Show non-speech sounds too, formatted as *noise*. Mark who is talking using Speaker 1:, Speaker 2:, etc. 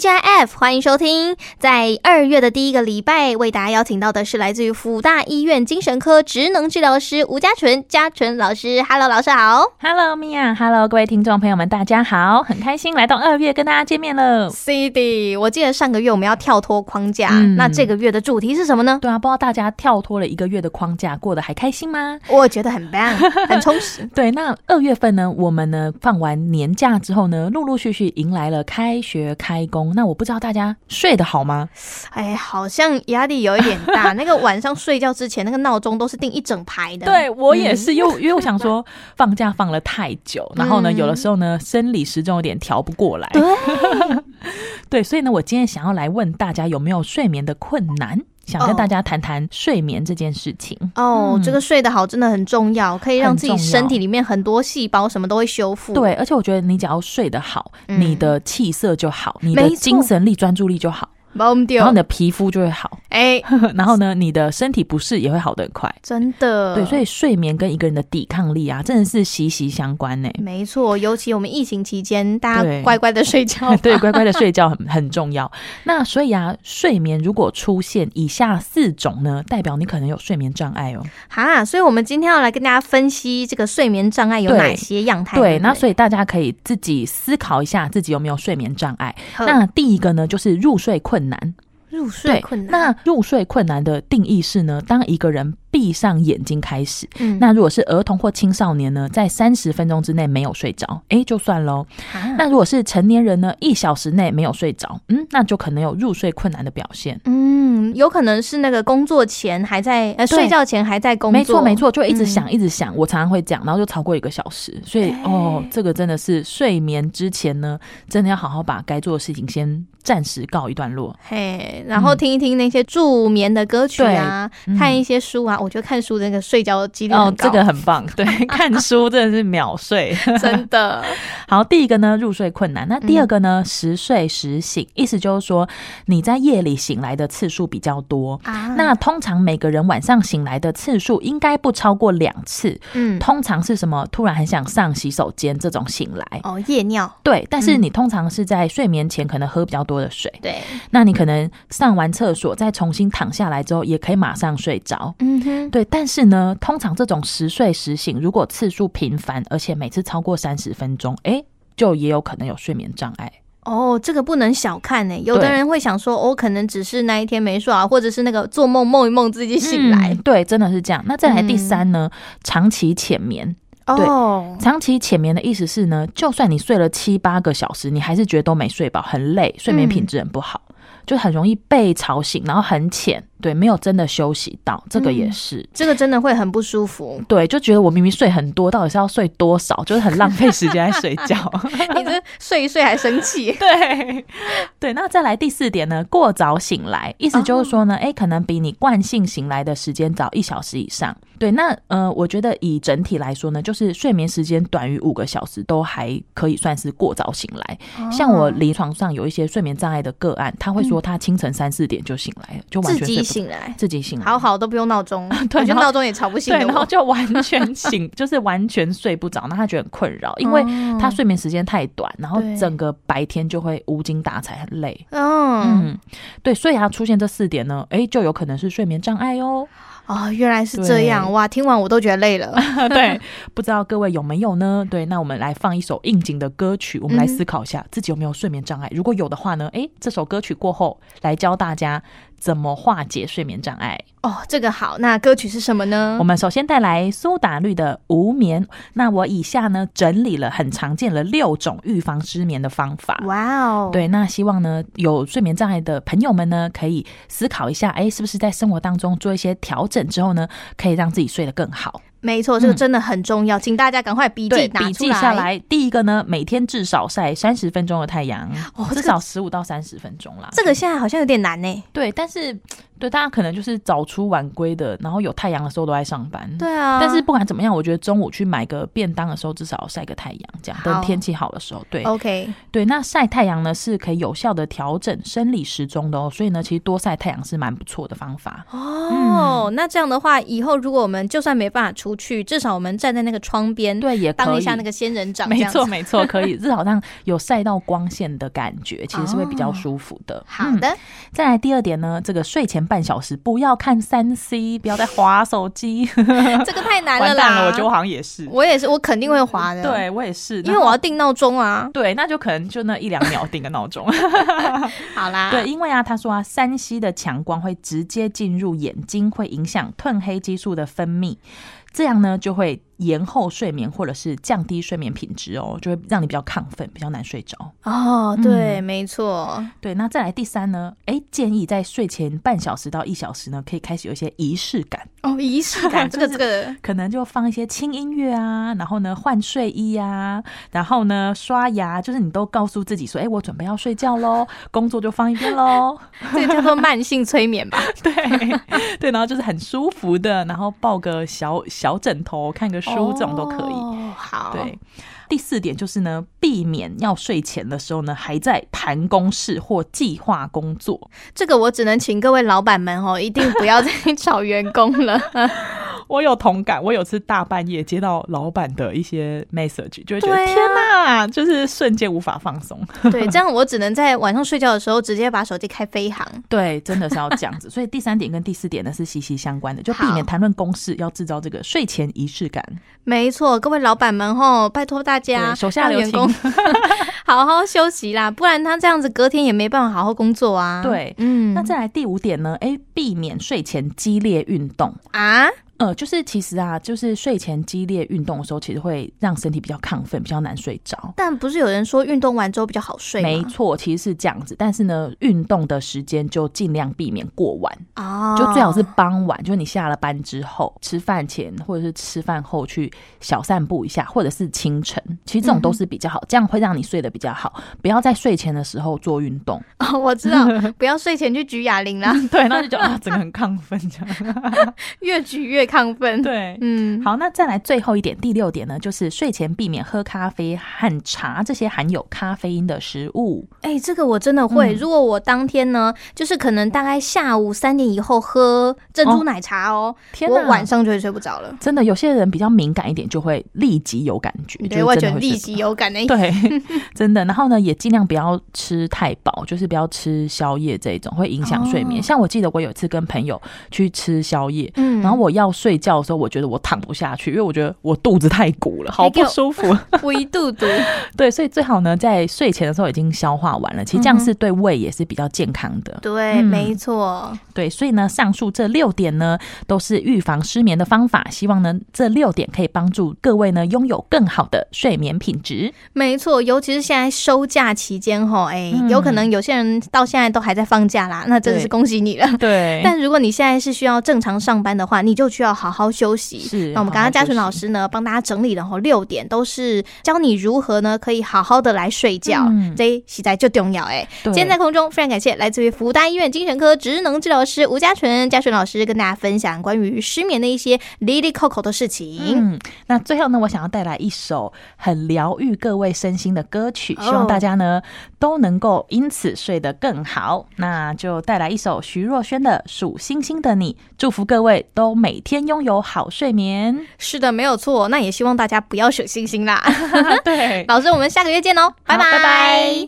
Speaker 1: TGIF，欢迎收听。在二月的第一个礼拜，为大家邀请到的是来自于辅大医院精神科职能治疗师吴家纯，家纯老师，Hello，老师好。
Speaker 2: Hello Mia，Hello 各位听众朋友们，大家好，很开心来到二月跟大家见面了。
Speaker 1: C D，我记得上个月我们要跳脱框架，
Speaker 2: 嗯
Speaker 1: 那这个月的主题是什么呢？
Speaker 2: 对啊，不知道大家跳脱了一个月的框架，过得还开心吗？
Speaker 1: 我觉得很 *laughs* 棒，很充实。
Speaker 2: 对，那二月份呢，我们呢放完年假之后呢，陆陆续续迎来了开学开工。那我不知道大家睡得好吗？
Speaker 1: 哎，好像压力有一点 *laughs* 大。那个晚上睡觉之前，那个闹钟都是定一整排的。
Speaker 2: 对我也是，因为因为我想说放假放了太久，然后呢，
Speaker 1: 嗯
Speaker 2: 有的时候呢生理时钟有点调不过来。
Speaker 1: 对
Speaker 2: *laughs* 对，所以呢，我今天想要来问大家有没有睡眠的困难，想跟
Speaker 1: 哦
Speaker 2: 大家谈谈睡眠这件事情。
Speaker 1: 哦，
Speaker 2: 嗯
Speaker 1: 这个睡得好真的很重要，可以让自己
Speaker 2: 很重要
Speaker 1: 身体里面很多细胞什么都会修复。
Speaker 2: 对，而且我觉得你只要睡得好，
Speaker 1: 嗯
Speaker 2: 你的气色就好，你
Speaker 1: 没
Speaker 2: 的
Speaker 1: 错
Speaker 2: 精神力、专注力就好，
Speaker 1: 把我们丢
Speaker 2: 然后你的皮肤就
Speaker 1: *laughs*
Speaker 2: 会好，
Speaker 1: 哎，
Speaker 2: 然后呢，你的身体不适也会好得很快。
Speaker 1: 真的，
Speaker 2: 对，所以睡眠跟一个人的抵抗力啊，真的是息息相关呢、
Speaker 1: 没错，尤其我们疫情期间，大家
Speaker 2: 对
Speaker 1: 乖乖的睡觉
Speaker 2: *laughs* 。对，乖乖的睡觉很很重要。那所以啊，睡眠如果出现以下四种呢，代表你可能有睡眠障碍哦。
Speaker 1: *laughs* 哈，所以我们今天要来跟大家分析这个睡眠障碍有哪
Speaker 2: 对
Speaker 1: 些样态。
Speaker 2: 对，那所
Speaker 1: 以
Speaker 2: 以大家可以自己思考一下，自己有没有睡眠障碍。那第一个呢，就是入睡困难。
Speaker 1: 入睡困难，
Speaker 2: 那入睡困难的定义是呢，当一个人闭上眼睛开始，
Speaker 1: 嗯
Speaker 2: 那如果是儿童或青少年呢，在三十分钟之内没有睡着，诶，就算喽。
Speaker 1: 哈
Speaker 2: 那如果是成年人呢，一小时内没有睡着，嗯，那就可能有入睡困难的表现。
Speaker 1: 嗯，有可能是那个工作前还在呃
Speaker 2: 对
Speaker 1: 睡觉前还在工作，
Speaker 2: 没错，没。错，就一直
Speaker 1: 嗯
Speaker 2: 想，一直想，我常常会讲，然后就超过一个小时，所以、
Speaker 1: 哎
Speaker 2: 哦，这个真的是睡眠之前呢，真的要好好把该做的事情先暂时告一段落。
Speaker 1: 嘿，然后
Speaker 2: 嗯
Speaker 1: 听一听那些助眠的歌曲啊，
Speaker 2: 对嗯
Speaker 1: 看一些书啊，我觉得看书那个睡觉几率
Speaker 2: 哦
Speaker 1: 很，高，
Speaker 2: 这个很棒，
Speaker 1: *laughs*
Speaker 2: 对，看书真的是秒睡。
Speaker 1: 真
Speaker 2: *laughs*
Speaker 1: 的，
Speaker 2: 好，第一个呢，入睡困难。那第二个呢，时睡时醒，
Speaker 1: 嗯
Speaker 2: 意思就是说你在夜里醒来的次数比较多。
Speaker 1: 啊
Speaker 2: 那通常每个人晚上醒来的次数应该不超过两次，
Speaker 1: 嗯，
Speaker 2: 通常是什么？突然很想上洗手间这种醒来。
Speaker 1: 哦，夜尿，
Speaker 2: 对，但是
Speaker 1: 嗯
Speaker 2: 你通常是在睡眠前可能喝比较多的水，
Speaker 1: 对，
Speaker 2: 那你可能上完厕所再重新躺下来之后，也可以马上睡着。
Speaker 1: 嗯哼，
Speaker 2: 对，但是呢，通常这种时睡时醒，如果次数频繁，而且每次超过三十分钟，诶，就也有可能有睡眠障碍。
Speaker 1: 哦，这个不能小看呢、有的
Speaker 2: 对
Speaker 1: 人会想说，哦，可能只是那一天没睡啊，或者是那个做梦梦一梦自己醒来
Speaker 2: 嗯。对，真的是这样。那再来第
Speaker 1: 嗯
Speaker 2: 三呢，长期浅眠。嗯对
Speaker 1: 哦，
Speaker 2: 长期浅眠的意思是呢，就算你睡了七八个小时，你还是觉得都没睡饱，很累，睡眠品质很不好，就很容易被吵醒，然后很浅，对，没有真的休息到，这个也
Speaker 1: 嗯
Speaker 2: 是。。
Speaker 1: *laughs* 这个真的会很不舒服
Speaker 2: 对，就觉得我明明睡很多，到底是要睡多少？就是很浪费时间在睡觉。
Speaker 1: 你
Speaker 2: *laughs*
Speaker 1: 这睡一睡还生气，
Speaker 2: 对对，那再来第四点呢，过早醒来，意思就是说呢，
Speaker 1: 哦
Speaker 2: 诶，可能比你惯性醒来的时间早一小时以上。对，那呃，我觉得以整体来说呢，就是睡眠时间短于五个小时，都还可以算是过早醒来。 *laughs*
Speaker 1: 哦
Speaker 2: 像我临床上有一些睡眠障碍的个案，他会说他清晨三四点就醒来了，就
Speaker 1: 嗯
Speaker 2: 完
Speaker 1: 自
Speaker 2: 全
Speaker 1: 己
Speaker 2: 睡不着，
Speaker 1: 醒来，
Speaker 2: 自己醒来，
Speaker 1: 好好哦都不用闹钟，
Speaker 2: *laughs* 对
Speaker 1: 我觉得
Speaker 2: 然后
Speaker 1: 闹钟也吵不醒
Speaker 2: 对，
Speaker 1: 的
Speaker 2: 然后
Speaker 1: 我。
Speaker 2: 就完全醒， *laughs* 就是完全睡不着，那他觉得很困扰，因为他
Speaker 1: 哦
Speaker 2: 睡眠时间太短，然后
Speaker 1: 对
Speaker 2: 整个白天就会无精打采，很累。
Speaker 1: 嗯，
Speaker 2: 嗯，对，所以它出现这四点呢，诶，就有可能是睡眠障碍
Speaker 1: *laughs*
Speaker 2: 哦。
Speaker 1: 哦，原来是这
Speaker 2: 对
Speaker 1: 样哇！听完我都觉得累
Speaker 2: *laughs*
Speaker 1: 了。
Speaker 2: 对，不知道各位有没有呢？对，那我们来放一首应景的歌曲，我们来
Speaker 1: 嗯
Speaker 2: 思考一下自己有没有睡眠障碍。如果有的话呢，诶，这首歌曲过后来教大家怎么化解睡眠障碍。
Speaker 1: 哦，这个好，那歌曲是什么呢
Speaker 2: 我？们首先带来苏打绿的《无眠》，那我以下呢整理了很常见的六种预防失眠的方法。
Speaker 1: 哇哦，，
Speaker 2: 对，那希望呢有睡眠障碍的朋友们呢，可以思考一下，哎，是不是在生活当中做一些调整之后呢，可以让自己睡得更好？
Speaker 1: 没错，这个
Speaker 2: 嗯
Speaker 1: 真的很重要，请大家赶快笔记拿出
Speaker 2: 笔记下。来。第一个呢，每天至少晒三十分钟的太阳，
Speaker 1: 哦这个
Speaker 2: 至少十五到三十分钟啦。
Speaker 1: 这个现在好像有点难欸呢、
Speaker 2: 对，但是对大家可能就是早出晚归的，然后有太阳的时候都在上班。
Speaker 1: 对啊，
Speaker 2: 嗯但是不管怎么样，我觉得中午去买个便当的时候，至少晒个太阳，这样
Speaker 1: 好
Speaker 2: 等天气好的时候，对
Speaker 1: OK，
Speaker 2: 对。那晒太阳呢，是可以有效的调整生理时钟的哦，所以呢，其实
Speaker 1: 哦
Speaker 2: 多晒太阳是蛮不错的方法。嗯
Speaker 1: 哦，那这样的话，以后如果我们就算没办法出去，至少我们站在那个窗边，
Speaker 2: 对，也
Speaker 1: 当
Speaker 2: 可
Speaker 1: 一
Speaker 2: 以。 *laughs*
Speaker 1: 下那个仙人掌，
Speaker 2: 没
Speaker 1: 这样子
Speaker 2: 错，。没错，可以，至少让有晒到光线的感觉，其实是会比较舒服的。
Speaker 1: 哦好
Speaker 2: 嗯
Speaker 1: 的，
Speaker 2: 再来第二点呢，这个睡前半小时不要看三 C，不要再划手机。
Speaker 1: 这个太难了
Speaker 2: 嗯 *laughs* 完
Speaker 1: 啦！
Speaker 2: 蛋了，我觉得我好像也是，
Speaker 1: 我也是，我肯定会滑的。，
Speaker 2: 嗯对我也是，
Speaker 1: 因
Speaker 2: 然
Speaker 1: 为
Speaker 2: 后
Speaker 1: 我要定闹钟啊。
Speaker 2: 对，那就可能就那一两秒定个闹钟。
Speaker 1: 好啦，
Speaker 2: 对，，因为啊，他说啊，三 C 的强光会直接进入眼睛，会影响褪黑激素的分泌，这样呢就会延后睡眠或者是降低睡眠品质哦，就会让你比较亢奋，比较难睡着。
Speaker 1: 哦，
Speaker 2: 嗯
Speaker 1: 对，没错，
Speaker 2: 对，那再来第三呢，哎，建议在睡前半小时到一小时呢，可以开始有一些仪式感，
Speaker 1: 哦，仪式感， *laughs* 这
Speaker 2: 就
Speaker 1: 个这
Speaker 2: 是
Speaker 1: 个，
Speaker 2: 可能就放一些轻音乐啊，然后呢换睡衣啊，然后呢刷牙，就是你都告诉自己说，哎，我准备要睡觉喽，工作就放一边喽。
Speaker 1: 这个叫做慢性催眠吧？
Speaker 2: 对对，然后就是很舒服的，然后抱个小小枕头，看个 *laughs* 书，这种都可以。
Speaker 1: 哦，好，
Speaker 2: 对，第四点就是呢，避免要睡前的时候呢，还在谈公事或计划工作。
Speaker 1: 这个我只能请各位老板们哦，一定不要再找员工了。
Speaker 2: 我有同感，我有次大半夜接到老板的一些 message，就会觉得、
Speaker 1: 对啊
Speaker 2: 天哪，就是瞬间无法放
Speaker 1: *laughs*
Speaker 2: 松。 *laughs*
Speaker 1: 对，这样我只能在晚上睡觉的时候直接把手机开飞行。
Speaker 2: 对，真的是要这样
Speaker 1: *laughs*
Speaker 2: 子。所以第三点跟第四点呢是息息相关的，就避
Speaker 1: 好
Speaker 2: 免谈论公事，要制造这个睡前仪式感。
Speaker 1: 没错，各位老板们吼，拜托大家
Speaker 2: 对，手下
Speaker 1: 让
Speaker 2: 留
Speaker 1: 员
Speaker 2: 情
Speaker 1: 工 *laughs* 好好休息啦，不然他这样子隔天也没办法好好工作啊。
Speaker 2: 对
Speaker 1: 嗯，
Speaker 2: 那再来第五点呢？哎、避免睡前激烈运动。
Speaker 1: 啊，
Speaker 2: 呃，就是其实啊，就是睡前激烈运动的时候，其实会让身体比较亢奋，比较难睡着。
Speaker 1: 但不是有人说运动完之后比较好睡
Speaker 2: 没
Speaker 1: 吗？
Speaker 2: 错，其实是这样子。但是呢，运动的时间就尽量避免过晚，
Speaker 1: 哦，
Speaker 2: 就最好是傍晚，就是你下了班之后，吃饭前或者是吃饭后去小散步一下，或者是清晨。其实这种都是比较好，这样会让你睡得比较好。不要在睡前的时候做运动，
Speaker 1: *laughs* 哦，我知道，不要睡前去举哑铃啦，
Speaker 2: *laughs* 对，那就觉得啊，整个很亢奋这样。
Speaker 1: 越举越亢奋。，
Speaker 2: *laughs* 对，
Speaker 1: 嗯，
Speaker 2: 好，那再来最后一点，第六点呢，就是睡前避免喝咖啡和茶这些含有咖啡因的食物。
Speaker 1: 哎、这个我真的会。
Speaker 2: 嗯
Speaker 1: 如果我当天呢，就是可能大概下午三点以后喝珍珠奶茶哦，
Speaker 2: 天
Speaker 1: 我
Speaker 2: 哪
Speaker 1: 晚上就会睡不着了。
Speaker 2: 真的有些人比较敏感一点，就会立即有感觉，
Speaker 1: 对，
Speaker 2: 就
Speaker 1: 我
Speaker 2: 是
Speaker 1: 觉
Speaker 2: 真
Speaker 1: 得
Speaker 2: 的会
Speaker 1: 立
Speaker 2: 睡
Speaker 1: 即有感的、
Speaker 2: 不着。对， *laughs* 真的。然后呢，也尽量不要吃太饱，就是不要吃宵夜这一种，会影响睡眠。
Speaker 1: 哦
Speaker 2: 像我记得我有一次跟朋友去吃宵夜，
Speaker 1: 嗯
Speaker 2: 然后我要睡觉的时候，我觉得我躺不下去，因为我觉得我肚子太鼓了，好
Speaker 1: 还给
Speaker 2: 不
Speaker 1: 我
Speaker 2: 舒服。
Speaker 1: 我一肚
Speaker 2: *laughs*
Speaker 1: 肚，
Speaker 2: 对，所以最好呢，在睡前的时候已经消化完了，其实这
Speaker 1: 嗯
Speaker 2: 样
Speaker 1: 哼
Speaker 2: 是对胃也是比较健康的。
Speaker 1: 对，
Speaker 2: 嗯
Speaker 1: 没错。
Speaker 2: 对，所以呢，上述这六点呢，都是预防失眠的方法。希望呢，这六点可以帮助各位呢，拥有更好的睡眠品质。
Speaker 1: 没错，尤其是现在收假期间吼，哎、
Speaker 2: 嗯
Speaker 1: 有可能有些人到现在都还在放假啦，那真的是
Speaker 2: 对
Speaker 1: 恭喜你了。
Speaker 2: 对
Speaker 1: 但如果你现在是需要正常上班的话，你就需要好好休息。
Speaker 2: 是
Speaker 1: 那我们刚刚嘉纯老，师呢，帮大家整理了后六点，都是教你如何呢可以好好的来睡觉，
Speaker 2: 嗯
Speaker 1: 这实在就重要哎、
Speaker 2: 今
Speaker 1: 今天在空中非常感谢来自于福大医院精神科职能治疗师吴嘉纯嘉纯老师跟大家分享关于失眠的一些 lily coco 的事情。
Speaker 2: 嗯，那最后呢，我想要带来一首很疗愈各位身心的歌曲，
Speaker 1: 哦
Speaker 2: 希望大家呢都能够因此睡得更好。那就带来一首徐若瑄的《数星星的你》，祝福各位都每天拥有好睡眠。
Speaker 1: 是的，没有错。那也希望大家不要数星星啦。
Speaker 2: *laughs* 对， *laughs*
Speaker 1: 老师，我们下个月见哦，拜
Speaker 2: 好拜拜